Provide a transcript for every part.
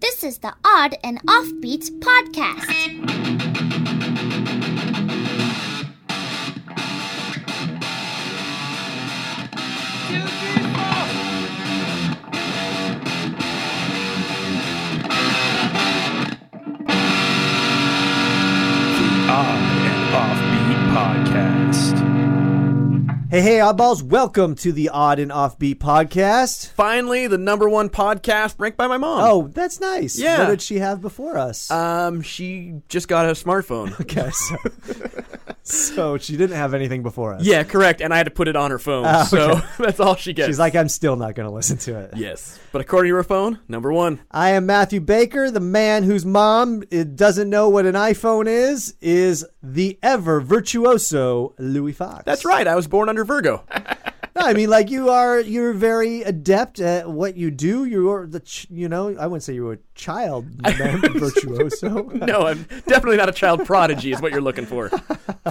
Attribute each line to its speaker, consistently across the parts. Speaker 1: This is the Odd and Offbeats podcast.
Speaker 2: Odd and Offbeat Podcast.
Speaker 3: Hey, hey, oddballs, welcome to the Odd and Offbeat podcast.
Speaker 4: finally the number one podcast ranked by my mom.
Speaker 3: Oh, that's nice.
Speaker 4: Yeah.
Speaker 3: What did she have before us?
Speaker 4: Um, she just got a smartphone.
Speaker 3: okay, so, so she didn't have anything before us.
Speaker 4: yeah, correct. And I had to put it on her phone, so that's all she gets.
Speaker 3: She's like, I'm still not going to listen to it.
Speaker 4: yes, but according to her phone, number one.
Speaker 3: I am Matthew Baker, the man whose mom it doesn't know what an iPhone is, is the ever virtuoso Louis Fox.
Speaker 4: That's right. I was born under Virgo.
Speaker 3: No, I mean, like you are, you're very adept at what you do. You're the, ch- you know, I wouldn't say you were a child virtuoso.
Speaker 4: No, I'm definitely not a child prodigy. Is what you're looking for.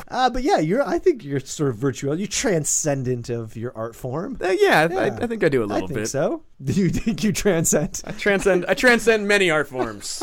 Speaker 3: Uh, but yeah, you're. I think you're sort of virtuous. You're transcendent of your art form.
Speaker 4: Uh, yeah, I,
Speaker 3: Yeah.
Speaker 4: I think I do a
Speaker 3: I
Speaker 4: little
Speaker 3: think
Speaker 4: bit.
Speaker 3: so. Do you think you transcend?
Speaker 4: Transcend. I transcend many art forms.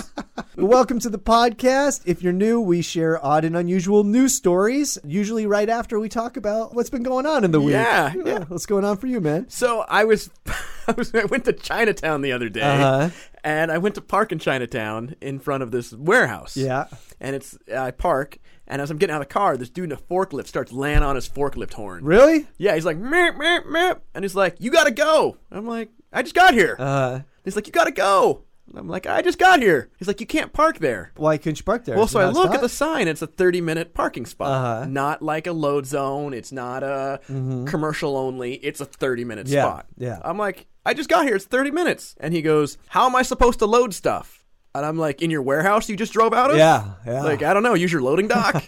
Speaker 3: Welcome to the podcast. If you're new, we share odd and unusual news stories, usually right after we talk about what's been going on in the week.
Speaker 4: Yeah, yeah.
Speaker 3: What's going on for you, man?
Speaker 4: So I was, I was, I went to Chinatown the other day,
Speaker 3: Uh-huh.
Speaker 4: and I went to park in Chinatown in front of this warehouse.
Speaker 3: Yeah.
Speaker 4: and it's I park, and as I'm getting out of the car, this dude in a forklift starts laying on his forklift horn.
Speaker 3: Really?
Speaker 4: Yeah, he's like, meep, meep, meep, and he's like, you gotta go. I'm like, I just got here.
Speaker 3: Uh,
Speaker 4: he's like, you gotta go. I'm like, I just got here. He's like, you can't park there.
Speaker 3: why couldn't you park there?
Speaker 4: Well,
Speaker 3: Is
Speaker 4: so
Speaker 3: it
Speaker 4: I
Speaker 3: not
Speaker 4: look at
Speaker 3: stopped?
Speaker 4: the sign. It's a 30 minute parking spot.
Speaker 3: Uh-huh. Mm-hmm.
Speaker 4: Not like a load zone. It's not a commercial only. It's a 30 minute
Speaker 3: Yeah,
Speaker 4: spot.
Speaker 3: yeah.
Speaker 4: I'm like, I just got here. It's 30 minutes. And he goes, How am I supposed to load stuff? And I'm like, In your warehouse you just drove out of?
Speaker 3: Yeah, yeah.
Speaker 4: Like, I don't know. Use your loading dock.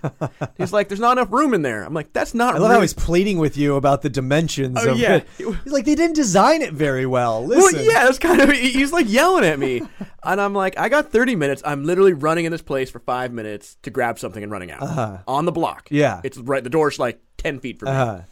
Speaker 4: he's like, There's not enough room in there. I'm like, That's not
Speaker 3: I love how
Speaker 4: room."
Speaker 3: he's pleading with you about the dimensions
Speaker 4: Oh,
Speaker 3: of
Speaker 4: yeah.
Speaker 3: it. He's like, they didn't design it very well.
Speaker 4: Well,
Speaker 3: Listen.
Speaker 4: yeah, that's kind of. he- He's like yelling at me, and I'm like, I got 30 minutes. I'm literally running in this place for five minutes to grab something and running out on the block.
Speaker 3: Uh-huh. Yeah.
Speaker 4: it's right. The door's like 10 feet from
Speaker 3: Uh-huh.
Speaker 4: me.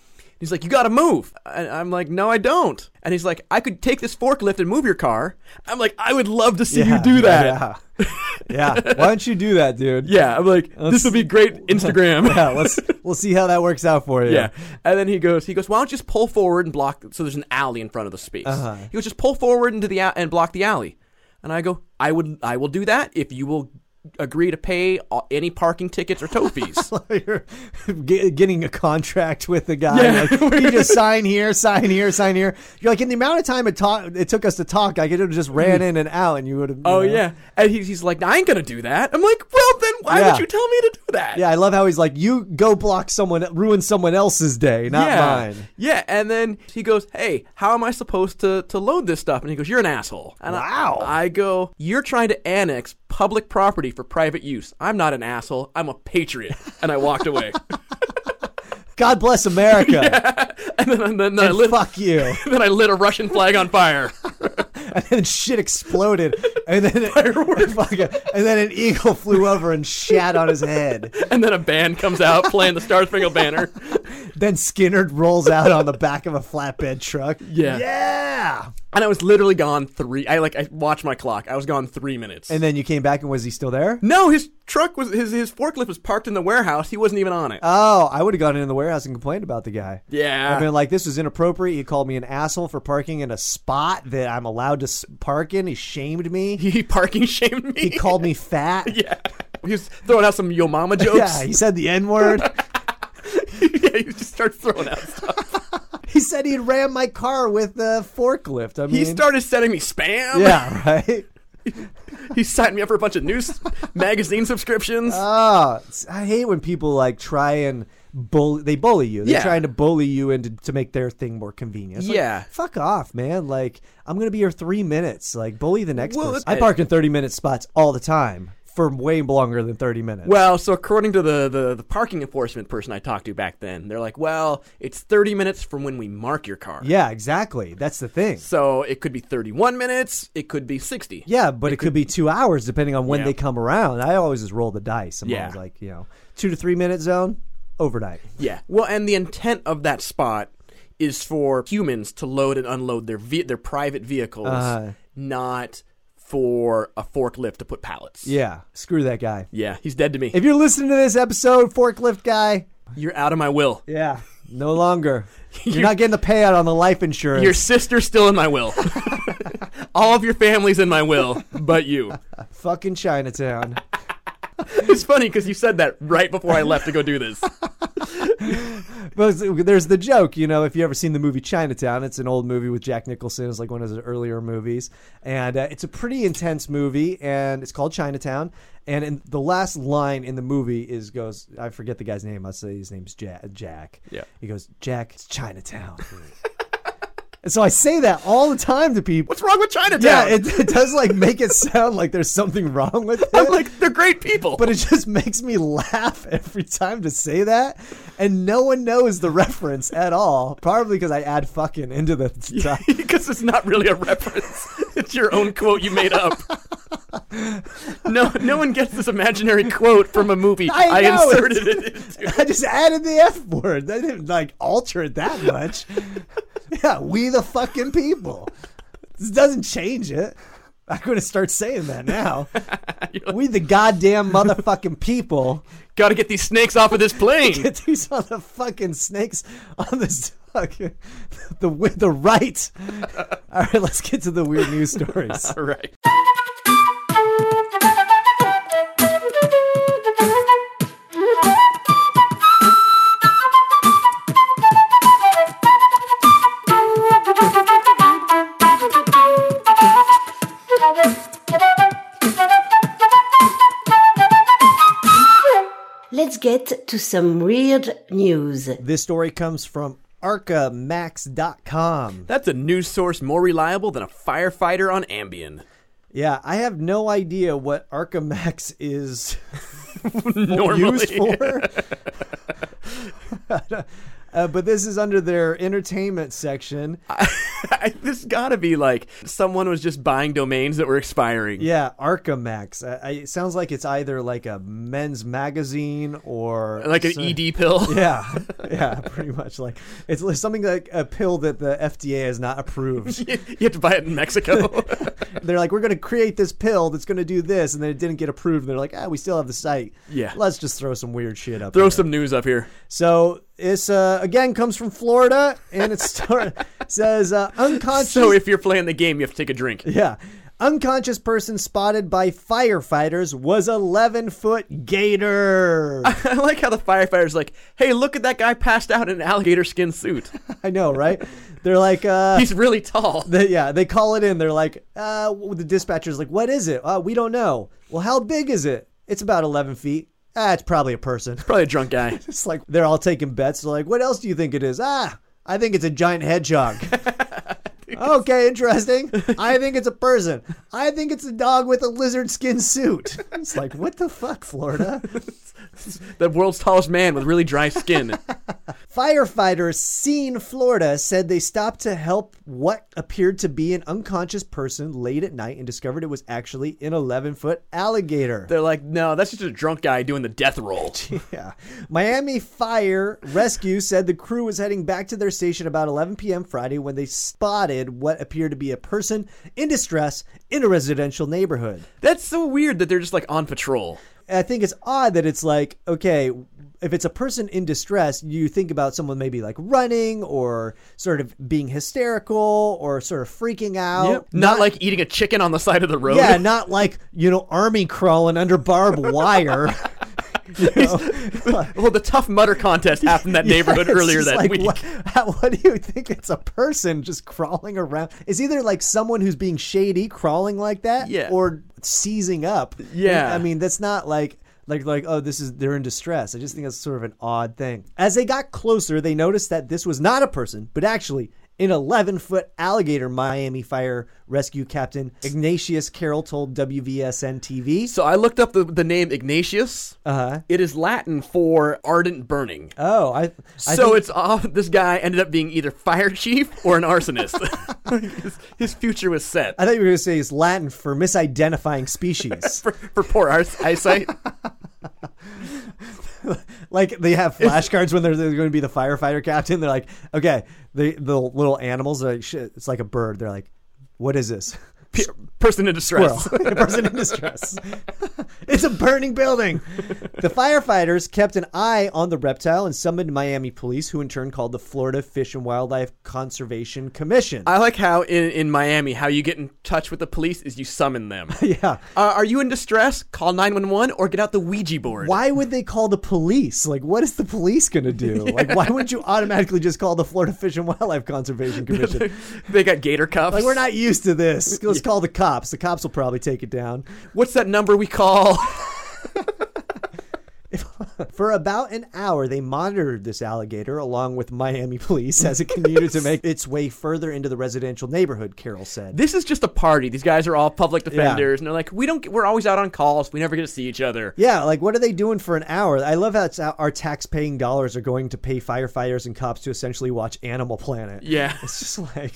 Speaker 4: He's like, you got to move, and I'm like, no, I don't. And he's like, I could take this forklift and move your car. I'm like, I would love to see
Speaker 3: Yeah,
Speaker 4: you do that. Yeah,
Speaker 3: Yeah. yeah. Why don't you do that, dude?
Speaker 4: I'm like, this would be great Instagram.
Speaker 3: yeah, let's we'll see how that works out for you.
Speaker 4: Yeah. And then he goes, he goes, why don't you just pull forward and block? So there's an alley in front of the space. He goes, just pull forward into the a- and block the alley. And I go, I would, I will do that if you will agree to pay a- any parking tickets or tow fees.
Speaker 3: You're ge- getting a contract with the guy. Like, you just sign here, sign here, sign here. You're like, in the amount of time it, ta- it took us to talk, I could have just ran in and out, and you would have.
Speaker 4: Hmm. oh yeah. And he's, he's like, I ain't gonna do that. I'm like, well then, why
Speaker 3: Yeah.
Speaker 4: would you tell me to do that?
Speaker 3: Yeah, I love how he's like, you go block someone, ruin someone else's day, not
Speaker 4: yeah.
Speaker 3: mine.
Speaker 4: Yeah, and then he goes, "Hey, how am I supposed to to load this stuff?" And he goes, "You're an asshole." And I-
Speaker 3: Wow.
Speaker 4: I, go, "You're trying to annex public property for private use. I'm not an asshole. I'm a patriot." And I walked away.
Speaker 3: God bless America.
Speaker 4: and then, and then, I lit,
Speaker 3: Fuck you.
Speaker 4: then I lit a Russian flag on fire.
Speaker 3: And then shit exploded. And then, Fuck it. and then an eagle flew over and shat on his head.
Speaker 4: and then a band comes out playing the Star Spangled Banner.
Speaker 3: Then Skinner rolls out on the back of a flatbed truck.
Speaker 4: Yeah.
Speaker 3: Yeah.
Speaker 4: And I was literally gone 3 I like I watched my clock. I was gone 3 minutes.
Speaker 3: And then you came back and was he still there?
Speaker 4: no, his truck was his his forklift was parked in the warehouse. He wasn't even on it.
Speaker 3: Oh, I would have gone into the warehouse and complained about the guy.
Speaker 4: yeah.
Speaker 3: I've been like, this was inappropriate. He called me an asshole for parking in a spot that I'm allowed to s- park in. He shamed me.
Speaker 4: he parking shamed me.
Speaker 3: He called me fat.
Speaker 4: Yeah. He was throwing out some yo mama jokes.
Speaker 3: Yeah, he said the N word.
Speaker 4: Yeah, he just starts throwing out stuff.
Speaker 3: he said he ran my car with a forklift. I mean,
Speaker 4: He started sending me spam.
Speaker 3: yeah, right.
Speaker 4: He signed me up for a bunch of news magazine subscriptions.
Speaker 3: Oh, it's- I hate when people like try and bully. They bully you. They're
Speaker 4: Yeah.
Speaker 3: trying to bully you into to make their thing more convenient. It's like,
Speaker 4: Yeah.
Speaker 3: fuck off, man. Like I'm gonna be here three minutes. Like bully the next
Speaker 4: Well,
Speaker 3: person.
Speaker 4: it-
Speaker 3: I park in 30 minute spots all the time for way longer than 30 minutes.
Speaker 4: well, so according to the, the, the parking enforcement person I talked to back then, they're like, well, it's 30 minutes from when we mark your car.
Speaker 3: yeah, exactly. That's the thing.
Speaker 4: So it could be 31 minutes, it could be 60.
Speaker 3: Yeah, but it, could, be two hours depending on when
Speaker 4: Yeah.
Speaker 3: they come around. I always just roll the dice. I'm
Speaker 4: Yeah.
Speaker 3: always like, you know, two to three minute zone, overnight.
Speaker 4: Yeah. Well, and the intent of that spot
Speaker 3: Uh.
Speaker 4: is for humans to load and unload their ve- their private vehicles,
Speaker 3: Uh-huh.
Speaker 4: not for a forklift to put pallets.
Speaker 3: Yeah, screw that guy.
Speaker 4: Yeah, he's dead to me.
Speaker 3: If you're listening to this episode, forklift guy,
Speaker 4: You're out of my will.
Speaker 3: yeah, no longer. You're not getting the payout on the life insurance.
Speaker 4: Your sister's still in my will. All of your family's in my will, but you.
Speaker 3: fucking Chinatown.
Speaker 4: It's funny because you said that right before I left to go do this.
Speaker 3: But there's the joke, you know, if you ever seen the movie Chinatown, it's an old movie with Jack Nicholson. It's like one of his earlier movies, and uh, it's a pretty intense movie, and it's called Chinatown. And in the last line in the movie is goes, I forget the guy's name. I'll say his name's ja- Jack.
Speaker 4: Yeah.
Speaker 3: he goes, Jack, it's Chinatown. and so I say that all the time to people.
Speaker 4: What's wrong with Chinatown?
Speaker 3: yeah, it, it does like make it sound like there's something wrong with it
Speaker 4: I'm like, they're great people.
Speaker 3: but it just makes me laugh every time to say that. And no one knows the reference at all. Probably because I add fucking into the title.
Speaker 4: because it's not really a reference. It's your own quote you made up. No, no one gets this imaginary quote from a movie.
Speaker 3: I know,
Speaker 4: inserted it into.
Speaker 3: I just added the F word. I didn't like alter it that much. yeah, we the fucking people. This doesn't change it. I'm going to start saying that now. we the goddamn motherfucking people.
Speaker 4: Got to get these snakes off of this plane.
Speaker 3: Get these motherfucking snakes on this fucking the wi- the right. All right, let's get to the weird news stories.
Speaker 4: All right.
Speaker 5: Let's get to some weird news.
Speaker 3: This story comes from arcamax.com.
Speaker 4: That's a news source more reliable than a firefighter on Ambien.
Speaker 3: Yeah, I have no idea what Arcamax is
Speaker 4: Normally,
Speaker 3: used for. Uh, but this is under their entertainment section.
Speaker 4: I, this got to be like someone was just buying domains that were expiring.
Speaker 3: Yeah, Arcamax. I, I, it sounds like it's either like a men's magazine or
Speaker 4: Like an
Speaker 3: so-
Speaker 4: ED pill.
Speaker 3: Yeah, yeah, pretty much. Like it's li- something like a pill that the FDA has not approved.
Speaker 4: you have to buy it in Mexico.
Speaker 3: They're like, we're going to create this pill that's going to do this, and then it didn't get approved. And they're like, ah, we still have the site.
Speaker 4: Yeah.
Speaker 3: let's just throw some weird shit up.
Speaker 4: Throw
Speaker 3: there."
Speaker 4: some news up here.
Speaker 3: So this uh, again comes from Florida, and it star- says uh, unconscious.
Speaker 4: So if you're playing the game, you have to take a drink.
Speaker 3: yeah. Unconscious person spotted by firefighters was 11 foot gator.
Speaker 4: I like how the firefighter's like, hey, look at that guy passed out in an alligator skin suit.
Speaker 3: I know, right? They're like, uh,
Speaker 4: He's really tall.
Speaker 3: They- yeah, they call it in. They're like, uh, w- the dispatcher's like, what is it? Uh, we don't know. Well, how big is it? It's about 11 feet. Ah, it's probably a person.
Speaker 4: Probably a drunk guy.
Speaker 3: It's like they're all taking bets. They're like, what else do you think it is? Ah, I think it's a giant hedgehog. okay, interesting. I think it's a person. I think it's a dog with a lizard skin suit. It's like, what the fuck, Florida?
Speaker 4: The world's tallest man with really dry skin.
Speaker 3: Firefighters seen Florida said they stopped to help what appeared to be an unconscious person late at night and discovered it was actually an 11 foot alligator.
Speaker 4: They're like, no, that's just a drunk guy doing the death roll.
Speaker 3: yeah. Miami Fire Rescue said the crew was heading back to their station about 11 p.m. Friday when they spotted what appeared to be a person in distress in a residential neighborhood.
Speaker 4: That's so weird that they're just like on patrol.
Speaker 3: I think it's odd that it's like, okay, if it's a person in distress, you think about someone maybe like running or sort of being hysterical or sort of freaking out.
Speaker 4: Not, like eating a chicken on the side of the road.
Speaker 3: yeah, not like, you know, army crawling under barbed wire. You know?
Speaker 4: well, the tough mutter contest happened in that
Speaker 3: Yeah,
Speaker 4: neighborhood
Speaker 3: it's
Speaker 4: earlier
Speaker 3: just
Speaker 4: that
Speaker 3: like,
Speaker 4: week.
Speaker 3: What, how- what do you think? It's a person just crawling around. It's either like someone who's being shady crawling like that,
Speaker 4: Yeah.
Speaker 3: or seizing up.
Speaker 4: Yeah.
Speaker 3: I mean that's not like. Like, like, oh, this is, they're in distress. I just think that's sort of an odd thing. As they got closer, they noticed that this was not a person, but actually an 11 foot alligator, Miami Fire Rescue Captain Ignatius Carroll told WVSN TV.
Speaker 4: So I looked up the, the name Ignatius.
Speaker 3: Uh-huh.
Speaker 4: It is Latin for ardent burning.
Speaker 3: Oh, I, I
Speaker 4: so
Speaker 3: think-
Speaker 4: it's off. This guy ended up being either fire chief or an arsonist. his, his future was set
Speaker 3: I thought you were going to say it's Latin for misidentifying species.
Speaker 4: for, for poor ars- eyesight.
Speaker 3: Like they have flashcards when they're, they're going to be the firefighter captain. They're like, okay, the the little animals are like, shit, it's like a bird. They're like, what is this?
Speaker 4: Pe- person in distress.
Speaker 3: Squirrel. person in distress. it's a burning building. The firefighters kept an eye on the reptile and summoned Miami police, who in turn called the Florida Fish and Wildlife Conservation Commission.
Speaker 4: I like how in, in Miami, how you get in touch with the police is you summon them.
Speaker 3: yeah.
Speaker 4: Uh, are you in distress? Call 911 or get out the Ouija board.
Speaker 3: Why would they call the police? Like, what is the police going to do? Like, why wouldn't you automatically just call the Florida Fish and Wildlife Conservation Commission?
Speaker 4: they got gator cuffs.
Speaker 3: Like, we're not used to this. Let's call the cops. The cops will probably take it down.
Speaker 4: What's that number we call?
Speaker 3: For about an hour, they monitored this alligator along with Miami police as it continued to make its way further into the residential neighborhood, Carroll said.
Speaker 4: this is just a party. These guys are all public defenders, and they're like, we don't. We're always out on calls. We never get to see each other.
Speaker 3: yeah, like what are they doing for an hour? I love how it's how our tax-paying dollars are going to pay firefighters and cops to essentially watch Animal Planet.
Speaker 4: Yeah,
Speaker 3: It's just like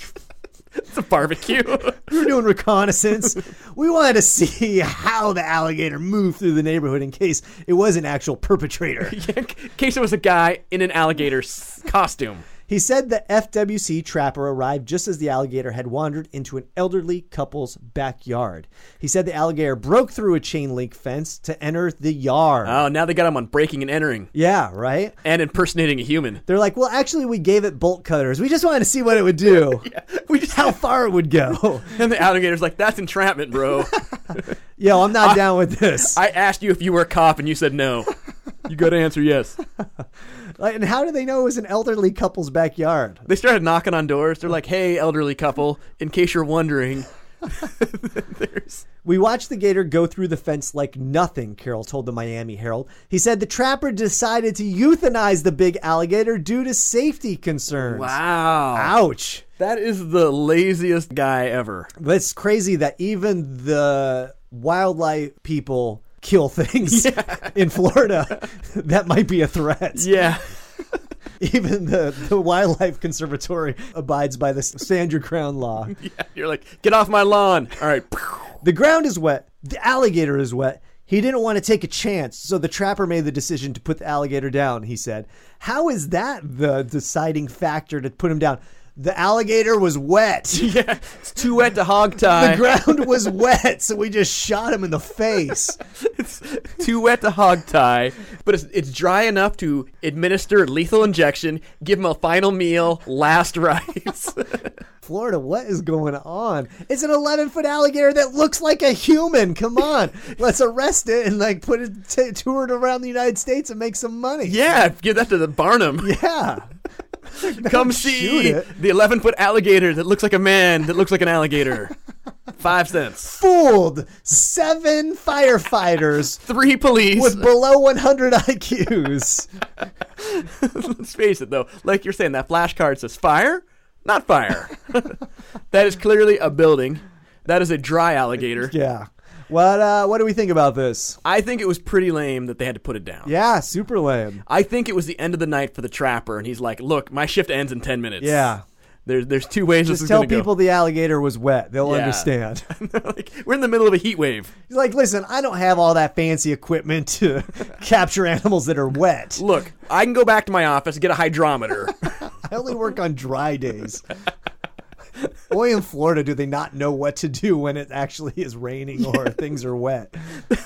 Speaker 4: it's a barbecue.
Speaker 3: we're doing reconnaissance. we wanted to see how the alligator moved through the neighborhood in case it was an actual perpetrator.
Speaker 4: in case it was a guy in an alligator s- costume.
Speaker 3: He said the FWC trapper arrived just as the alligator had wandered into an elderly couple's backyard. He said the alligator broke through a chain link fence to enter the yard.
Speaker 4: Oh, now they got him on breaking and entering
Speaker 3: yeah, right?
Speaker 4: and impersonating a human.
Speaker 3: They're like, well, actually, we gave it bolt cutters. We just wanted to see what it would do,
Speaker 4: We just
Speaker 3: how far it would go.
Speaker 4: and the alligator's like, that's entrapment, bro.
Speaker 3: Yo, I'm not down with this.
Speaker 4: I asked you if you were a cop, and you said no. You got to answer yes.
Speaker 3: Like, and how do they know it was an elderly couple's backyard?
Speaker 4: They started knocking on doors. They're like, "Hey, elderly couple, in case you're wondering."
Speaker 3: We watched the gator go through the fence like nothing, Carroll told the Miami Herald. He said the trapper decided to euthanize the big alligator due to safety concerns.
Speaker 4: Wow,
Speaker 3: Ouch.
Speaker 4: that is the laziest guy ever.
Speaker 3: That's crazy that even the wildlife people kill things in Florida. that might be a threat.
Speaker 4: Yeah,
Speaker 3: Even the, the Wildlife Conservatory abides by the stand your ground law.
Speaker 4: you're like, "Get off my lawn!" All right,
Speaker 3: The ground is wet. The alligator is wet. He didn't want to take a chance, so the trapper made the decision to put the alligator down, he said. How is that the deciding factor to put him down? The alligator was wet.
Speaker 4: yeah, it's too wet to hog
Speaker 3: The
Speaker 4: tie.
Speaker 3: ground was wet, so we just shot him in the face.
Speaker 4: it's too wet to hog tie, but it's, it's dry enough to administer lethal injection, give him a final meal, last rites.
Speaker 3: Florida, what is going on? It's an 11 foot alligator that looks like a human. Come on, let's arrest it and like put it t- tour it around the United States and make some money.
Speaker 4: yeah, give that to the Barnum.
Speaker 3: Yeah.
Speaker 4: Come
Speaker 3: shoot
Speaker 4: see
Speaker 3: it.
Speaker 4: the 11 foot alligator that looks like a man that looks like an alligator. Five cents.
Speaker 3: Fooled seven firefighters
Speaker 4: Three police.
Speaker 3: with below 100 IQs.
Speaker 4: Let's face it, though. Like you're saying, that flashcard says fire, not fire. that is clearly a building. That is a dry alligator.
Speaker 3: Yeah. What uh, what do we think about this?
Speaker 4: I think it was pretty lame that they had to put it down.
Speaker 3: Yeah, super lame.
Speaker 4: I think it was the end of the night for the trapper, and he's like, "Look, my shift ends in ten minutes.
Speaker 3: Yeah.
Speaker 4: there's there's two ways this
Speaker 3: Just
Speaker 4: is
Speaker 3: tell
Speaker 4: gonna go."
Speaker 3: people the alligator was wet. They'll
Speaker 4: Yeah.
Speaker 3: understand.
Speaker 4: like, we're in the middle of a heat wave.
Speaker 3: He's like, listen, I don't have all that fancy equipment to capture animals that are wet.
Speaker 4: Look, I can go back to my office, get a hydrometer.
Speaker 3: I only work on dry days. Boy, in Florida, do they not know what to do when it actually is raining or things are wet?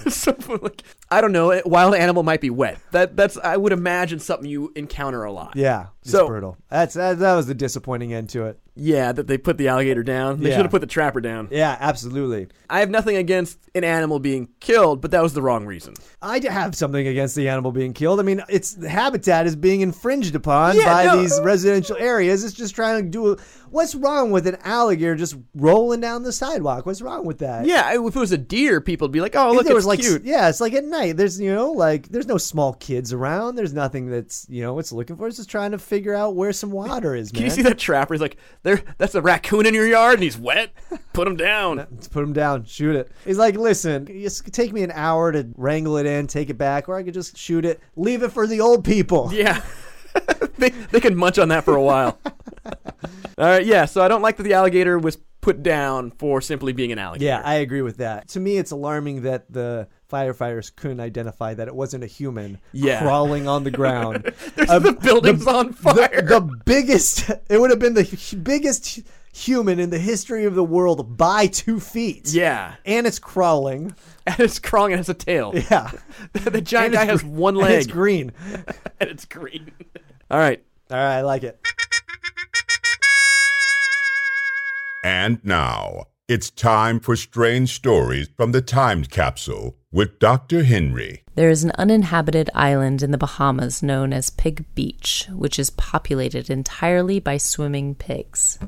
Speaker 4: Something like, I don't know. A wild animal might be wet. That that's I would imagine something you encounter a lot.
Speaker 3: Yeah, it's
Speaker 4: So-
Speaker 3: brutal. That's that, that was the disappointing end to it.
Speaker 4: yeah. That they put the alligator down. They
Speaker 3: Yeah.
Speaker 4: should have put the trapper down.
Speaker 3: Yeah, absolutely.
Speaker 4: I have nothing against an animal being killed, but that was the wrong reason.
Speaker 3: I do have something against the animal being killed. I mean, its habitat is being infringed upon
Speaker 4: Yeah,
Speaker 3: by
Speaker 4: no.
Speaker 3: these residential areas. It's just trying to do. What's wrong with an alligator just rolling down the sidewalk? What's wrong with that?
Speaker 4: Yeah, I- if it was a deer, people would be like, "Oh, look,
Speaker 3: there
Speaker 4: it's
Speaker 3: was like
Speaker 4: cute."
Speaker 3: yeah, it's like at night. There's you know like there's no small kids around. There's nothing that's you know it's looking for. It's just trying to figure out where some water is. Man.
Speaker 4: Can you see that trapper? He's like, there. That's a raccoon in your yard, and he's wet. Put him down.
Speaker 3: Let's put him down. Shoot it. He's like, listen, it's gonna take me an hour to wrangle it in, take it back, or I could just shoot it, leave it for the old people.
Speaker 4: Yeah, they they can munch on that for a while. All right, yeah. So I don't like that the alligator was put down for simply being an alligator.
Speaker 3: Yeah, I agree with that. To me, it's alarming that the firefighters couldn't identify that it wasn't a human
Speaker 4: Yeah.
Speaker 3: crawling on the ground.
Speaker 4: There's
Speaker 3: Um,
Speaker 4: the building's on fire.
Speaker 3: The, the biggest, it would have been the h- biggest human in the history of the world by two feet.
Speaker 4: Yeah.
Speaker 3: And it's crawling.
Speaker 4: And it's crawling and it has a tail.
Speaker 3: Yeah.
Speaker 4: the giant guy has one
Speaker 3: And it's
Speaker 4: leg.
Speaker 3: green.
Speaker 4: and it's green. All right.
Speaker 3: All right, I like it.
Speaker 6: And now, it's time for Strange Stories from the Time Capsule with Dr. Henry.
Speaker 7: There is an uninhabited island in the Bahamas known as Pig Beach, which is populated entirely by swimming pigs.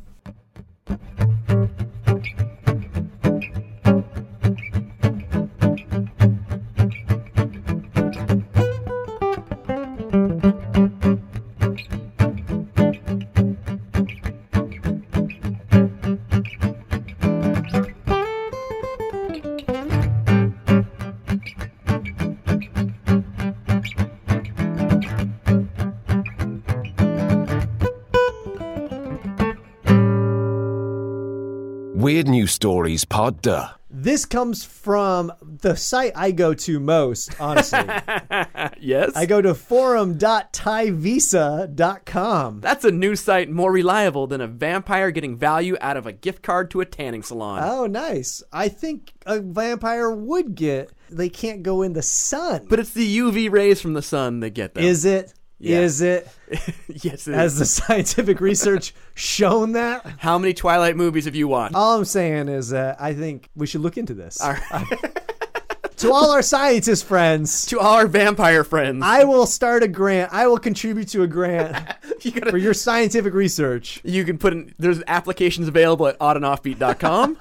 Speaker 8: Weird News Stories Part Duh.
Speaker 3: This comes from the site I go to most, honestly.
Speaker 4: Yes.
Speaker 3: I go to forum.tyvisa.com.
Speaker 4: That's a new site more reliable than a vampire getting value out of a gift card to a tanning salon.
Speaker 3: Oh, nice. I think a vampire would get they can't go in the sun.
Speaker 4: but it's the UV rays from the sun that get them.
Speaker 3: is it?
Speaker 4: Yeah.
Speaker 3: Is it?
Speaker 4: yes, it is.
Speaker 3: Has the scientific research shown that?
Speaker 4: How many Twilight movies have you watched?
Speaker 3: All I'm saying is that I think we should look into this. to all our scientist friends,
Speaker 4: to all our vampire friends.
Speaker 3: I will start a grant. I will contribute to a grant
Speaker 4: you gotta-
Speaker 3: for your scientific research.
Speaker 4: you can put in there's applications available at oddandoffbeat.com.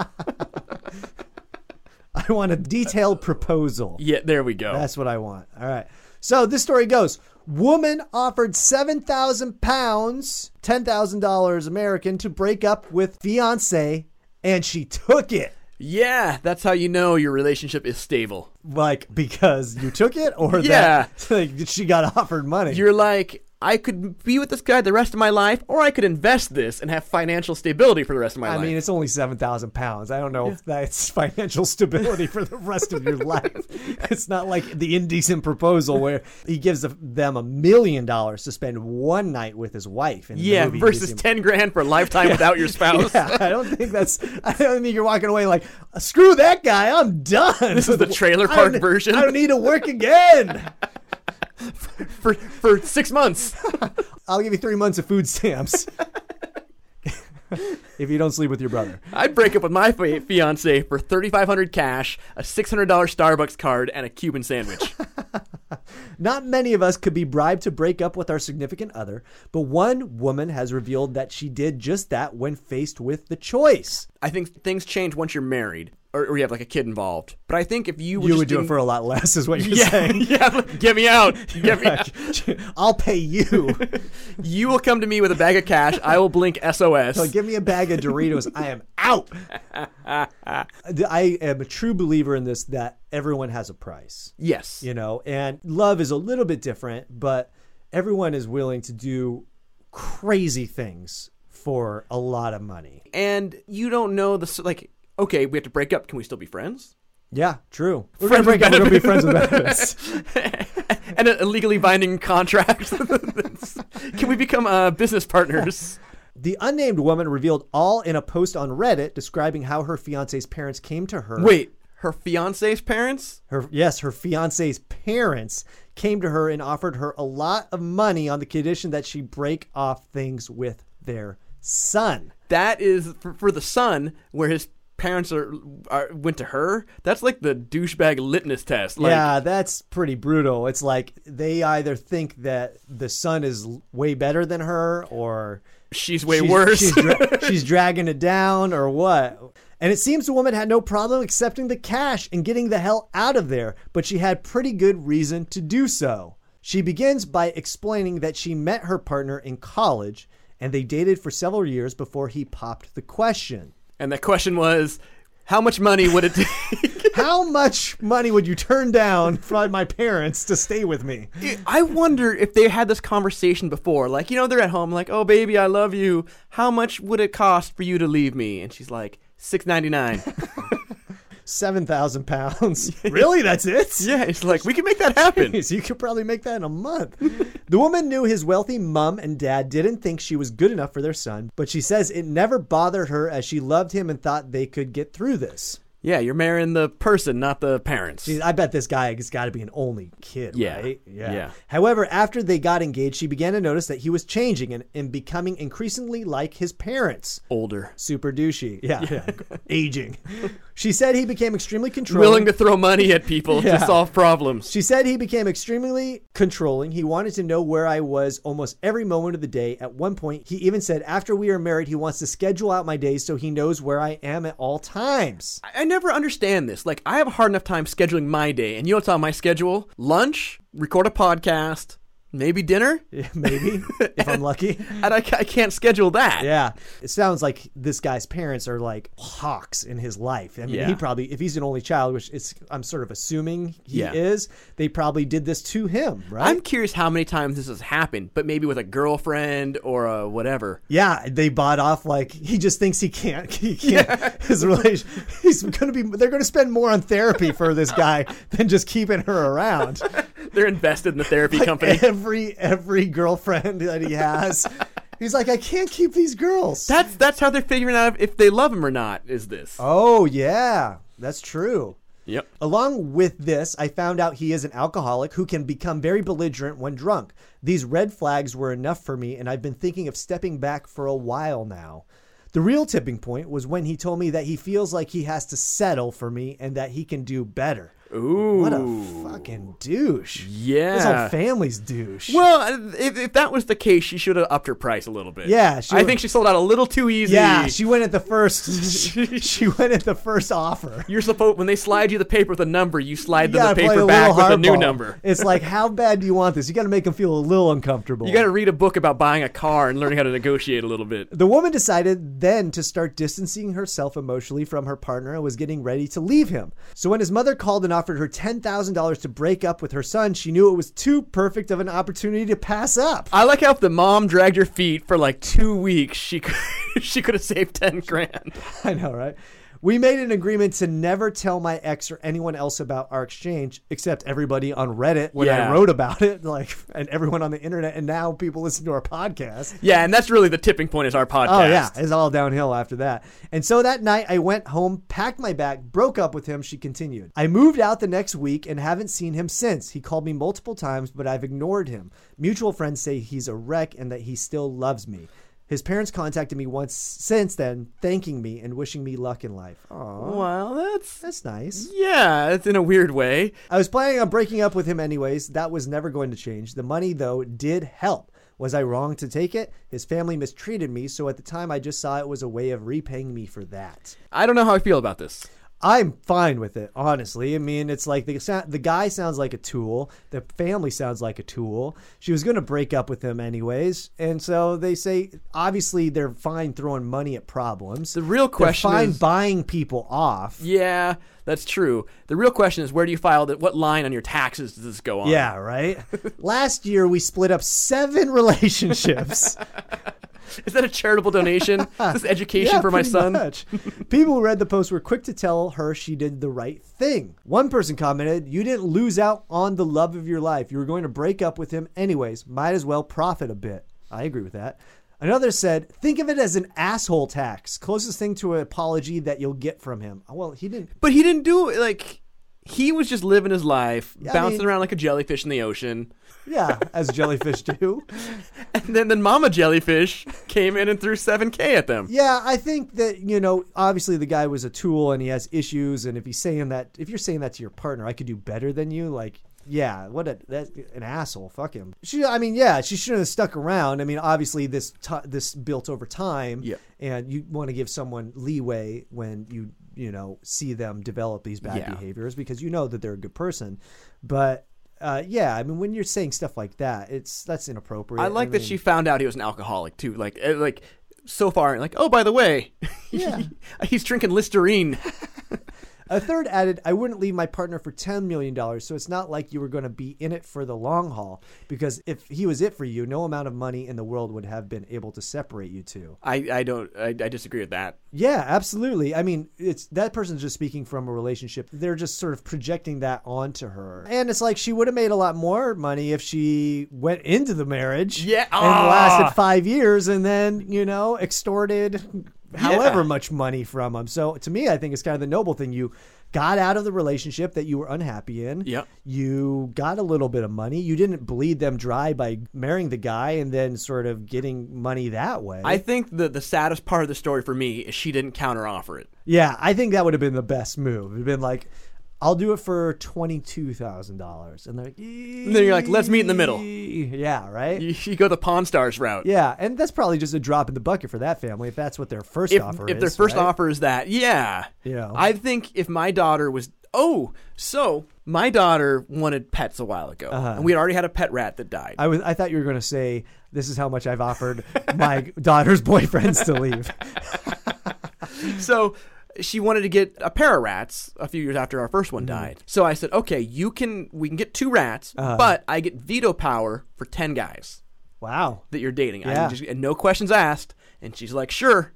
Speaker 3: I want a detailed proposal.
Speaker 4: yeah, there we go.
Speaker 3: That's what I want. All right. So this story goes Woman offered 7,000 pounds, $10,000 American, to break up with fiance, and she took it.
Speaker 4: yeah, that's how you know your relationship is stable.
Speaker 3: Like, because you took it, or
Speaker 4: Yeah.
Speaker 3: that like, she got offered money?
Speaker 4: You're like, I could be with this guy the rest of my life, or I could invest this and have financial stability for the rest of my
Speaker 3: I
Speaker 4: life.
Speaker 3: mean, it's only 7,000 pounds. I don't know if that's financial stability for the rest of your life. It's not like the indecent proposal where he gives them a million dollars to spend one night with his wife. In the
Speaker 4: yeah,
Speaker 3: movie
Speaker 4: versus
Speaker 3: Indecent-
Speaker 4: ten grand for a lifetime without your spouse.
Speaker 3: Yeah, I don't think that's. I don't think you're walking away like, screw that guy. I'm done. This
Speaker 4: is the trailer park version.
Speaker 3: I don't need to work again.
Speaker 4: for for six months.
Speaker 3: I'll give you three months of food stamps if you don't sleep with your brother.
Speaker 4: I'd break up with my fi- fiance for thirty five hundred cash, a six hundred dollar Starbucks card, and a Cuban sandwich.
Speaker 3: Not many of us could be bribed to break up with our significant other, but one woman has revealed that she did just that when faced with the choice.
Speaker 4: I think things change once you're married or, or you have like a kid involved. But I think if you were
Speaker 3: You
Speaker 4: just
Speaker 3: would do
Speaker 4: in-
Speaker 3: it for a lot less, is what you're
Speaker 4: yeah,
Speaker 3: saying.
Speaker 4: yeah, like, get me out, get me out.
Speaker 3: I'll pay you.
Speaker 4: You will come to me with a bag of cash. I will blink SOS.
Speaker 3: So give me a bag of Doritos. I am out. I am a true believer in this that everyone has a price,
Speaker 4: yes.
Speaker 3: you know, and love is a little bit different, but everyone is willing to do crazy things for a lot of money.
Speaker 4: And you don't know the s- like. Okay, we have to break up. Can we still be friends?
Speaker 3: Yeah, true. We're going to break up.
Speaker 4: with
Speaker 3: We're going to be friends
Speaker 4: benefits.
Speaker 3: with benefits.
Speaker 4: and a a legally binding contract. Can we become uh, business partners?
Speaker 3: The unnamed woman revealed all in a post on Reddit describing how her fiance's parents came to her.
Speaker 4: Wait, her fiance's parents?
Speaker 3: Her yes, her fiance's parents came to her and offered her a lot of money on the condition that she break off things with their son.
Speaker 4: That is for, for the son, where his parents are, are went to her. That's like the douchebag litmus test. Like,
Speaker 3: yeah, that's pretty brutal. It's like they either think that the son is l- way better than her or
Speaker 4: she's way
Speaker 3: she's-
Speaker 4: worse.
Speaker 3: She's, dra- she's dragging it down or what? And it seems the woman had no problem accepting the cash and getting the hell out of there, but she had pretty good reason to do so. She begins by explaining that she met her partner in college and they dated for several years before he popped the question.
Speaker 4: and the question was, how much money would it take?
Speaker 3: How much money would you turn down from my parents to stay with me?
Speaker 4: I wonder if they had this conversation before. Like, you know, they're at home, like, oh baby, I love you. How much would it cost for you to leave me? And she's like, six ninety nine.
Speaker 3: seven thousand pounds. really, that's it?
Speaker 4: Yeah, it's like we can make that happen.
Speaker 3: Jeez, you could probably make that in a month. the woman knew his wealthy mum and dad didn't think she was good enough for their son, but she says it never bothered her as she loved him and thought they could get through this.
Speaker 4: yeah, you're marrying the person, not the parents.
Speaker 3: Jeez, I bet this guy has got to be an only kid,
Speaker 4: Yeah.
Speaker 3: right?
Speaker 4: Yeah.
Speaker 3: However, after they got engaged, she began to notice that he was changing and, and becoming increasingly like his parents.
Speaker 4: Older,
Speaker 3: Super douchey. Yeah. yeah. Aging. She said he became extremely controlling.
Speaker 4: willing to throw money at people
Speaker 3: Yeah.
Speaker 4: to solve problems.
Speaker 3: She said he became extremely controlling. He wanted to know where I was almost every moment of the day. At one point, he even said, after we are married, he wants to schedule out my days so he knows where I am at all times.
Speaker 4: I- I never understand this. Like, I have a hard enough time scheduling my day, and you know what's on my schedule? Lunch, record a podcast, maybe dinner,
Speaker 3: Yeah, Maybe, if I'm lucky.
Speaker 4: and I, ca- I can't schedule that.
Speaker 3: Yeah. It sounds like this guy's parents are like hawks in his life. I mean,
Speaker 4: Yeah.
Speaker 3: he probably, if he's an only child, which it's, I'm sort of assuming he
Speaker 4: Yeah.
Speaker 3: is, they probably did this to him, right?
Speaker 4: I'm curious how many times this has happened, but maybe with a girlfriend or a whatever.
Speaker 3: Yeah, they bought off like he just thinks he can't. He can't. His relation. He's gonna be. They're gonna spend more on therapy for this guy than just keeping her around.
Speaker 4: They're invested in the therapy company.
Speaker 3: Every every girlfriend that he has, he's like, I can't keep these girls.
Speaker 4: That's that's how they're figuring out if they love him or not. Is this?
Speaker 3: oh yeah, that's true.
Speaker 4: Yep.
Speaker 3: Along with this, I found out he is an alcoholic who can become very belligerent when drunk. These red flags were enough for me, and I've been thinking of stepping back for a while now. The real tipping point was when he told me that he feels like he has to settle for me and that he can do better. Ooh. What a fucking douche. This
Speaker 4: Yeah.
Speaker 3: whole family's douche.
Speaker 4: Well, if, if that was the case, she should have upped her price a little bit.
Speaker 3: Yeah, she
Speaker 4: I
Speaker 3: would-
Speaker 4: think she sold out a little too easy.
Speaker 3: yeah, she went at the first she went at the first offer.
Speaker 4: You're supposed when they slide you the paper with a number, you slide them
Speaker 3: gotta
Speaker 4: the
Speaker 3: play
Speaker 4: paper
Speaker 3: a
Speaker 4: back with
Speaker 3: little
Speaker 4: a new
Speaker 3: hardball.
Speaker 4: number.
Speaker 3: It's like, how bad do you want this? You got to make him feel a little uncomfortable.
Speaker 4: You got to read a book about buying a car and learning how to negotiate a little bit.
Speaker 3: The woman decided then to start distancing herself emotionally from her partner and was getting ready to leave him. So when his mother called and offered her $10,000 to break up with her son, she knew it was too perfect of an opportunity to pass up.
Speaker 4: I like how if the mom dragged her feet for like two weeks, she could, she could have saved ten grand.
Speaker 3: I know, right? We made an agreement to never tell my ex or anyone else about our exchange, except everybody on Reddit when I
Speaker 4: Yeah.
Speaker 3: wrote about it, like, and everyone on the internet. And now people listen to our podcast.
Speaker 4: Yeah, and that's really the tipping point is our podcast.
Speaker 3: Oh yeah, it's all downhill after that. And so that night I went home, packed my bag, broke up with him, she continued. I moved out the next week and haven't seen him since. He called me multiple times, but I've ignored him. Mutual friends say he's a wreck and that he still loves me. His parents contacted me once since then, thanking me and wishing me luck in life. Aw,
Speaker 4: Well, that's
Speaker 3: that's nice.
Speaker 4: yeah, it's in a weird way.
Speaker 3: I was planning on breaking up with him anyways. That was never going to change. The money, though, did help. Was I wrong to take it? His family mistreated me, so at the time I just saw it was a way of repaying me for that.
Speaker 4: I don't know how I feel about this.
Speaker 3: I'm fine with it, honestly. I mean, it's like the sa- the guy sounds like a tool, the family sounds like a tool. She was going to break up with him anyways, and so they say obviously they're fine throwing money at problems.
Speaker 4: The real question
Speaker 3: they're fine
Speaker 4: is-
Speaker 3: buying people off.
Speaker 4: Yeah, that's true. The real question is where do you file that? What line on your taxes does this go on?
Speaker 3: Yeah, right. Last year we split up seven relationships.
Speaker 4: is that a charitable donation? is this education
Speaker 3: Yeah,
Speaker 4: for my
Speaker 3: pretty
Speaker 4: son?
Speaker 3: much. People who read the post were quick to tell her she did the right thing. One person commented, You didn't lose out on the love of your life. You were going to break up with him anyways. Might as well profit a bit. I agree with that. Another said, Think of it as an asshole tax. Closest thing to an apology that you'll get from him. Well, he didn't.
Speaker 4: But he didn't do it. Like he was just living his life,
Speaker 3: I
Speaker 4: bouncing
Speaker 3: mean-
Speaker 4: around like a jellyfish in the ocean.
Speaker 3: Yeah, as jellyfish do.
Speaker 4: And then, then Mama Jellyfish came in and threw seven k at them.
Speaker 3: Yeah, I think that you know, obviously the guy was a tool and he has issues, and if he's saying that, if you're saying that to your partner, I could do better than you, like. Yeah, what a that an asshole. Fuck him. She, I mean, yeah, she shouldn't have stuck around. I mean, obviously this t- this built over time,
Speaker 4: Yeah.
Speaker 3: and you want to give someone leeway when you you know see them develop these bad
Speaker 4: Yeah.
Speaker 3: behaviors because you know that they're a good person. But uh, yeah, I mean, when you're saying stuff like that, it's that's inappropriate.
Speaker 4: I like that
Speaker 3: mean-
Speaker 4: she found out he was an alcoholic too. Like eh, like so far, like oh by the way,
Speaker 3: Yeah.
Speaker 4: he's drinking Listerine.
Speaker 3: A third added, I wouldn't leave my partner for $10 million, so it's not like you were going to be in it for the long haul, because if he was it for you, no amount of money in the world would have been able to separate you two.
Speaker 4: I, I don't I, I disagree with that.
Speaker 3: Yeah, absolutely. I mean, it's that person's just speaking from a relationship. They're just sort of projecting that onto her. And it's like she would have made a lot more money if she went into the marriage
Speaker 4: Yeah,
Speaker 3: and
Speaker 4: ah!
Speaker 3: lasted 5 years and then, you know, extorted however much money from him. So to me, I think it's kind of the noble thing you got out of the relationship that you were unhappy in.
Speaker 4: Yep.
Speaker 3: You got a little bit of money. You didn't bleed them dry by marrying the guy and then sort of getting money that way.
Speaker 4: I think the the saddest part of the story for me is she didn't counteroffer it.
Speaker 3: Yeah, I think that would have been the best move. It'd been like, I'll do it for twenty two thousand dollars, and they're like, and
Speaker 4: then you're like, "Let's meet in the middle."
Speaker 3: Yeah, right.
Speaker 4: You, you go the Pawn Stars route.
Speaker 3: Yeah, and that's probably just a drop in the bucket for that family if that's what their first
Speaker 4: if,
Speaker 3: offer is.
Speaker 4: if their first
Speaker 3: right?
Speaker 4: offer is that, yeah.
Speaker 3: Yeah.
Speaker 4: I think if my daughter was, oh, so my daughter wanted pets a while ago,
Speaker 3: Uh-huh.
Speaker 4: and we had already had a pet rat that died.
Speaker 3: I was. I thought you were going to say, "This is how much I've offered my daughter's boyfriends to leave."
Speaker 4: so she wanted to get a pair of rats a few years after our first
Speaker 3: Mm-hmm.
Speaker 4: one died. So I said, okay, you can, we can get two rats,
Speaker 3: Uh-huh.
Speaker 4: but I get veto power for ten guys
Speaker 3: Wow.
Speaker 4: that you're dating. I
Speaker 3: Yeah.
Speaker 4: can just, and no questions asked. And she's like, sure.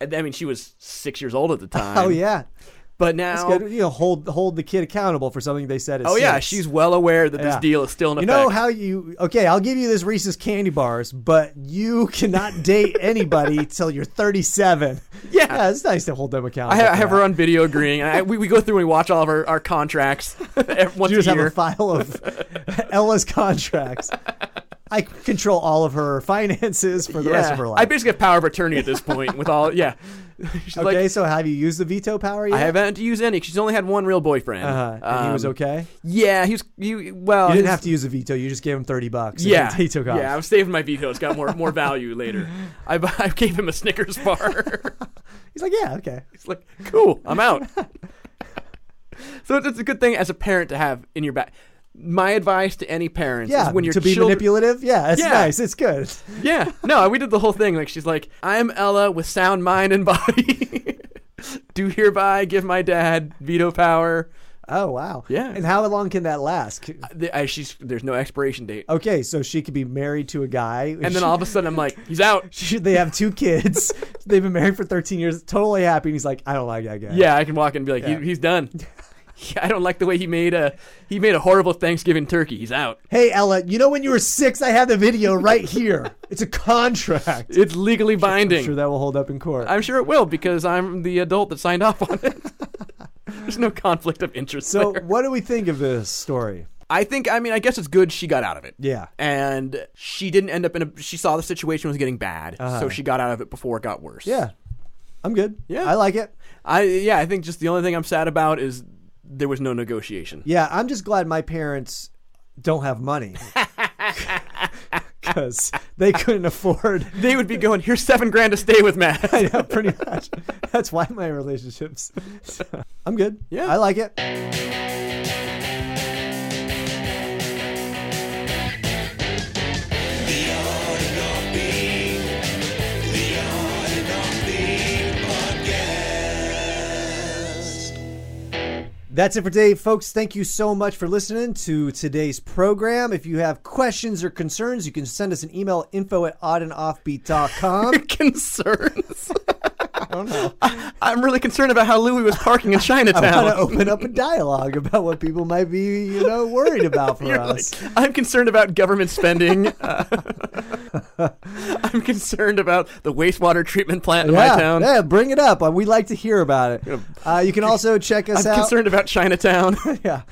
Speaker 4: And I mean, she was six years old at the time.
Speaker 3: Oh yeah.
Speaker 4: But
Speaker 3: It's
Speaker 4: now,
Speaker 3: good. You know, hold hold the kid accountable for something they said. At
Speaker 4: oh yeah,
Speaker 3: six.
Speaker 4: she's well aware that this
Speaker 3: Yeah.
Speaker 4: deal is still in
Speaker 3: You
Speaker 4: effect.
Speaker 3: know how you okay? I'll give you this Reese's candy bars, but you cannot date anybody till you're 37.
Speaker 4: Yeah.
Speaker 3: it's nice to hold them accountable.
Speaker 4: I, ha- I
Speaker 3: for
Speaker 4: have
Speaker 3: that.
Speaker 4: her on video agreeing. And I, we, we go through and we watch all of our, our contracts every- once
Speaker 3: You just
Speaker 4: a
Speaker 3: have
Speaker 4: year.
Speaker 3: a file of Ella's contracts. I control all of her finances for the rest of her life.
Speaker 4: I basically have power of attorney at this point with all. Yeah, she's
Speaker 3: okay,
Speaker 4: like,
Speaker 3: so have you used the veto power yet?
Speaker 4: I haven't had to use any. She's only had one real boyfriend.
Speaker 3: Uh, and he was
Speaker 4: Um,
Speaker 3: okay. Oh,
Speaker 4: Yeah, he was. You well,
Speaker 3: You didn't
Speaker 4: his-
Speaker 3: have to use a veto. You just gave him 30 bucks. and
Speaker 4: Yeah,
Speaker 3: he took off.
Speaker 4: yeah. I'm saving my veto. It's got more more value later. I, bu- I gave him a Snickers bar.
Speaker 3: He's like, yeah, okay.
Speaker 4: It's like, cool, I'm out. so it's, it's a good thing as a parent to have in your back. My advice to any parents
Speaker 3: Yeah,
Speaker 4: is when your
Speaker 3: to be
Speaker 4: children,
Speaker 3: manipulative. Yeah, it's
Speaker 4: Yeah.
Speaker 3: nice. It's good.
Speaker 4: Yeah, no, we did the whole thing. Like she's like, I'm Ella with sound mind and body. Do hereby give my dad veto power.
Speaker 3: Oh wow.
Speaker 4: Yeah.
Speaker 3: And how long can that last? C-
Speaker 4: The- I, she's there's no expiration date.
Speaker 3: Okay, so she could be married to a guy,
Speaker 4: And then all of a sudden I'm like, he's out.
Speaker 3: she, they have two kids. They've been married for 13 years, totally happy. And he's like, I don't like that guy.
Speaker 4: Yeah, I can walk in and be like,
Speaker 3: Yeah.
Speaker 4: he, he's done. Yeah, I don't like the way he made a he made a horrible Thanksgiving turkey. He's out.
Speaker 3: Hey Ella, you know when you were six, I had the video right here. It's a contract.
Speaker 4: It's legally binding.
Speaker 3: I'm sure that will hold up in court.
Speaker 4: I'm sure it will because I'm the adult that signed off on it. There's no conflict of interest.
Speaker 3: so,
Speaker 4: there.
Speaker 3: what do we think of this story?
Speaker 4: I think I mean I guess it's good she got out of it.
Speaker 3: Yeah.
Speaker 4: And she didn't end up in a she saw the situation was getting bad, so she got out of it before it got worse.
Speaker 3: Uh-huh. Yeah, I'm good.
Speaker 4: Yeah.
Speaker 3: I like it.
Speaker 4: I yeah, I think just the only thing I'm sad about is there was no negotiation.
Speaker 3: Yeah, I'm just glad my parents don't have money because they couldn't afford.
Speaker 4: They would be going, Here's seven grand to stay with Matt.
Speaker 3: I know, pretty much. That's why my relationships. I'm good.
Speaker 4: Yeah.
Speaker 3: I like it. That's it for today, folks. Thank you so much for listening to today's program. If you have questions or concerns, you can send us an email info at oddandoffbeat.com.
Speaker 4: Concerns.
Speaker 3: I don't know.
Speaker 4: I'm really concerned about how Louis was parking in
Speaker 3: Oh, I want to
Speaker 4: Chinatown.
Speaker 3: open up a dialogue about what people might be, you know, worried about for
Speaker 4: You're like,
Speaker 3: us.
Speaker 4: I'm concerned about government spending. Uh, I'm concerned about the wastewater treatment plant in
Speaker 3: yeah,
Speaker 4: my town.
Speaker 3: yeah, bring it up. Uh, We'd like to hear about it. Uh, you can also check us
Speaker 4: I'm
Speaker 3: out.
Speaker 4: concerned about Chinatown.
Speaker 3: Yeah.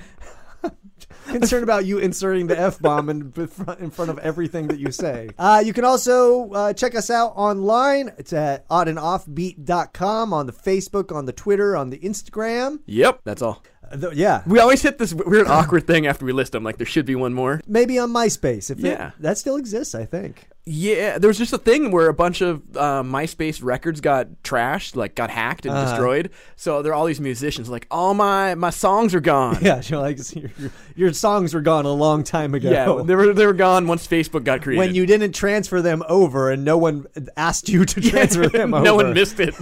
Speaker 3: Concerned about you inserting the F bomb in, in front in front of everything that you say. Uh, you can also uh, check us out online. It's at oddandoffbeat.com, on the Facebook, on the Twitter, on the Instagram.
Speaker 4: yep, that's all.
Speaker 3: Uh, th- yeah.
Speaker 4: We always hit this weird awkward thing after we list them. Like there should be one more.
Speaker 3: Maybe on MySpace. If it-
Speaker 4: Yeah.
Speaker 3: that still exists, I think.
Speaker 4: Yeah, there was just a thing where a bunch of uh, MySpace records got trashed, like got hacked
Speaker 3: Uh-huh.
Speaker 4: and destroyed. So there are all these musicians like, all my my songs are gone.
Speaker 3: Yeah, you're like your, your songs were gone a long time ago.
Speaker 4: Yeah, they were they were gone once Facebook got created.
Speaker 3: when you didn't transfer them over and no one asked you to transfer them
Speaker 4: no
Speaker 3: over. Uh,
Speaker 4: one missed it.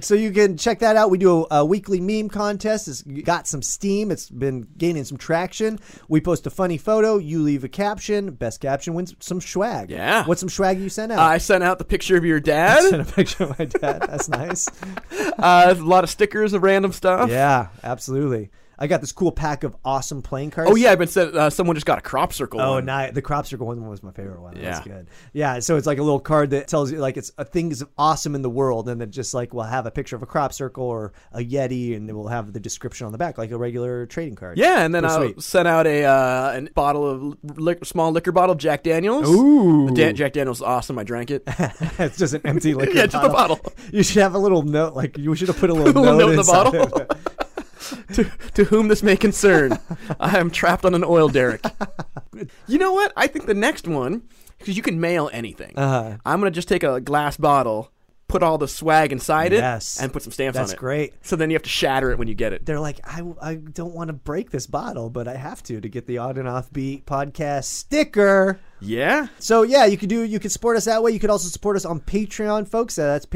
Speaker 3: So you can check that out. We do a, a weekly meme contest. It's got some steam. It's been gaining some traction. We post a funny photo. You leave a caption. Best caption wins some swag.
Speaker 4: Yeah.
Speaker 3: What's some swag you sent out?
Speaker 4: I sent out the picture of your dad.
Speaker 3: sent a picture of my dad. That's nice.
Speaker 4: Uh, a lot of stickers of random stuff.
Speaker 3: yeah, absolutely. I got this cool pack of awesome playing cards.
Speaker 4: Oh yeah, I've been sent. Uh, someone just got a crop circle.
Speaker 3: Oh,
Speaker 4: one.
Speaker 3: ni- the crop circle one was my favorite one. That's
Speaker 4: Yeah.
Speaker 3: good. Yeah, so it's like a little card that tells you like it's uh, things awesome in the world, and then just like we'll have a picture of a crop circle or a yeti, and then we'll have the description on the back like a regular trading card.
Speaker 4: Yeah, and then
Speaker 3: Pretty
Speaker 4: I
Speaker 3: sweet.
Speaker 4: sent out a uh, an bottle of li- small liquor bottle of Jack Daniels.
Speaker 3: Ooh.
Speaker 4: The Da- Jack Daniels is awesome. I drank it.
Speaker 3: it's just an empty liquor.
Speaker 4: Yeah, just a bottle.
Speaker 3: You should have a little note. Like you should have put a little,
Speaker 4: Little note in the
Speaker 3: inside
Speaker 4: bottle.
Speaker 3: of it.
Speaker 4: to, to whom this may concern, I am trapped on an oil derrick. you know what? I think the next one, because you can mail anything.
Speaker 3: Uh-huh.
Speaker 4: I'm gonna just take a glass bottle, put all the swag inside
Speaker 3: Yes.
Speaker 4: it, and put some stamps on it.
Speaker 3: That's great.
Speaker 4: So then you have to shatter it when you get it.
Speaker 3: They're like, I, I don't want to break this bottle, but I have to to get the odd and offbeat podcast sticker.
Speaker 4: Yeah.
Speaker 3: So yeah, you could do you could support us that way. You could also support us on Patreon, folks. Uh, that's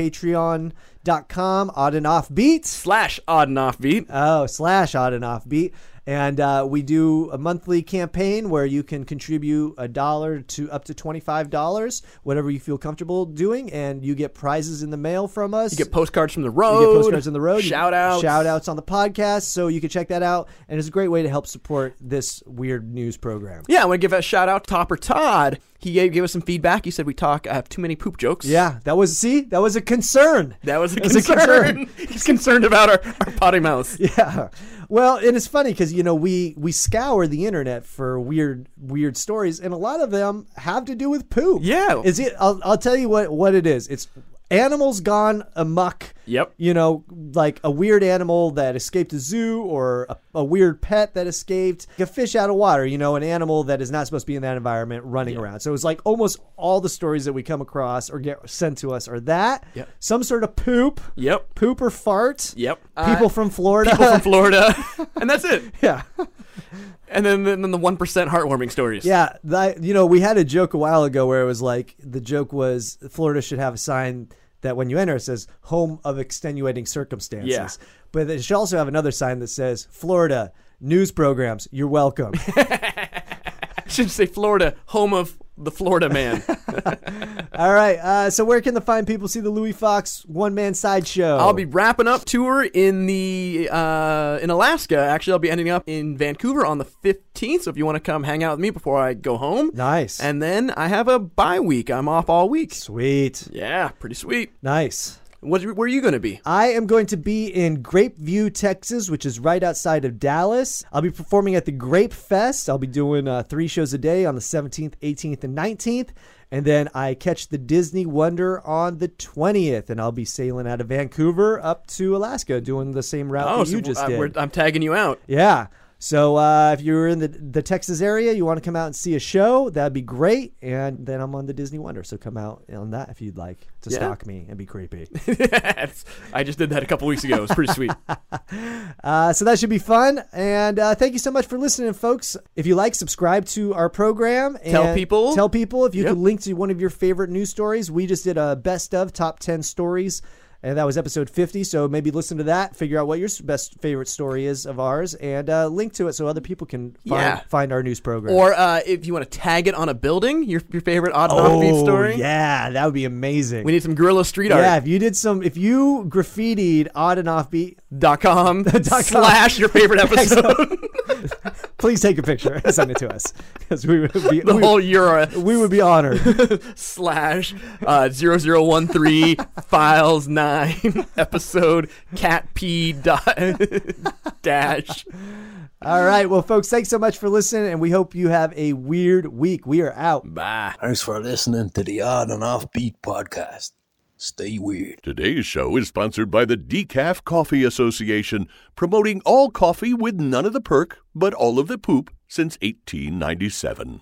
Speaker 3: patreon.com odd and off beats.
Speaker 4: Slash odd and off beat.
Speaker 3: Oh, slash odd and off beat. And uh, we do a monthly campaign where you can contribute a dollar to up to twenty-five dollars, whatever you feel comfortable doing, and you get prizes in the mail from us.
Speaker 4: You get postcards from the road.
Speaker 3: You get postcards on the road. you-
Speaker 4: Shout out.
Speaker 3: Shout outs on the podcast. So you can check that out. And it's a great way to help support this weird news program.
Speaker 4: Yeah, I want to give a shout out to Topper Todd. He gave, gave us some feedback. He said we talk. I have too many poop jokes.
Speaker 3: Yeah, that was, see, that was a concern.
Speaker 4: That was a
Speaker 3: was a
Speaker 4: concern. He's concerned about our, our potty mouth.
Speaker 3: Yeah. Well, and it's funny because you know we we scour the internet for weird weird stories, and a lot of them have to do with poop.
Speaker 4: Yeah.
Speaker 3: Is it? I'll, I'll tell you what what it is. It's animals gone amuck.
Speaker 4: Yep.
Speaker 3: You know, like a weird animal that escaped a zoo, or a, a weird pet that escaped, like a fish out of water. You know, an animal that is not supposed to be in that environment running around. So it's like almost all the stories that we come across or get sent to us are that.
Speaker 4: Yep.
Speaker 3: Some sort of poop.
Speaker 4: Yep.
Speaker 3: Poop or fart.
Speaker 4: Yep.
Speaker 3: People
Speaker 4: Uh,
Speaker 3: from Florida.
Speaker 4: people from Florida, and that's it.
Speaker 3: Yeah,
Speaker 4: And then then, then the one percent heartwarming stories.
Speaker 3: yeah. That, you know, we had a joke a while ago where it was like the joke was Florida should have a sign that when you enter it says "Home of Extenuating Circumstances,"
Speaker 4: Yeah.
Speaker 3: but it should also have another sign that says "Florida News Programs." You're welcome.
Speaker 4: I should say Florida, home of the Florida man.
Speaker 3: Oh. All right. Uh, so where can the fine people see the Louis Fox one man sideshow?
Speaker 4: I'll be wrapping up tour in the uh, in Alaska. Actually, I'll be ending up in Vancouver on the fifteenth. So if you want to come hang out with me before I go home,
Speaker 3: nice
Speaker 4: And then I have a bye week. I'm off all week.
Speaker 3: sweet.
Speaker 4: Yeah, pretty sweet.
Speaker 3: Nice.
Speaker 4: What, where are you going to be?
Speaker 3: I am going to be in Grapeview, Texas, which is right outside of Dallas. I'll be performing at the Grape Fest. I'll be doing uh, three shows a day on the 17th, 18th, and 19th. And then I catch the Disney Wonder on the 20th. And I'll be sailing out of Vancouver up to Alaska doing the same route that
Speaker 4: Oh, so
Speaker 3: you just
Speaker 4: I,
Speaker 3: did.
Speaker 4: we're- I'm tagging you out.
Speaker 3: Yeah. So uh, if you're in the, the Texas area, you want to come out and see a show, that'd be great. And then I'm on the Disney Wonder. So come out on that if you'd like to stalk me and be creepy.
Speaker 4: Yes. I just did that a couple weeks ago. It was pretty sweet.
Speaker 3: Uh, so that should be fun. And uh, thank you so much for listening, folks. If you like, subscribe to our program. And
Speaker 4: Tell people.
Speaker 3: Tell people if you
Speaker 4: Yep.
Speaker 3: could link to one of your favorite news stories. We just did a best of top 10 stories. And that was episode 50. So maybe listen to that, figure out what your s- best favorite story is of ours, and uh, link to it so other people can find,
Speaker 4: Yeah.
Speaker 3: find our news program.
Speaker 4: or uh, if you want to tag it on a building, your, your favorite odd and
Speaker 3: oh,
Speaker 4: offbeat story.
Speaker 3: yeah, that would be amazing.
Speaker 4: We need some guerrilla street
Speaker 3: yeah,
Speaker 4: art
Speaker 3: if you did some, if you graffitied odd and offbeat,
Speaker 4: dot com
Speaker 3: com.
Speaker 4: slash your favorite episode.
Speaker 3: please take a picture and send it to us because we would be
Speaker 4: the
Speaker 3: we-
Speaker 4: whole URL
Speaker 3: we would be honored.
Speaker 4: slash uh, 0013 files 9 episode cat p dot dash.
Speaker 3: All right. Well, folks, thanks so much for listening, and we hope you have a weird week. We are out.
Speaker 4: Bye.
Speaker 9: Thanks for listening to the Odd and Offbeat podcast. Stay weird.
Speaker 10: Today's show is sponsored by the Decaf Coffee Association, promoting all coffee with none of the perk, but all of the poop since 1897.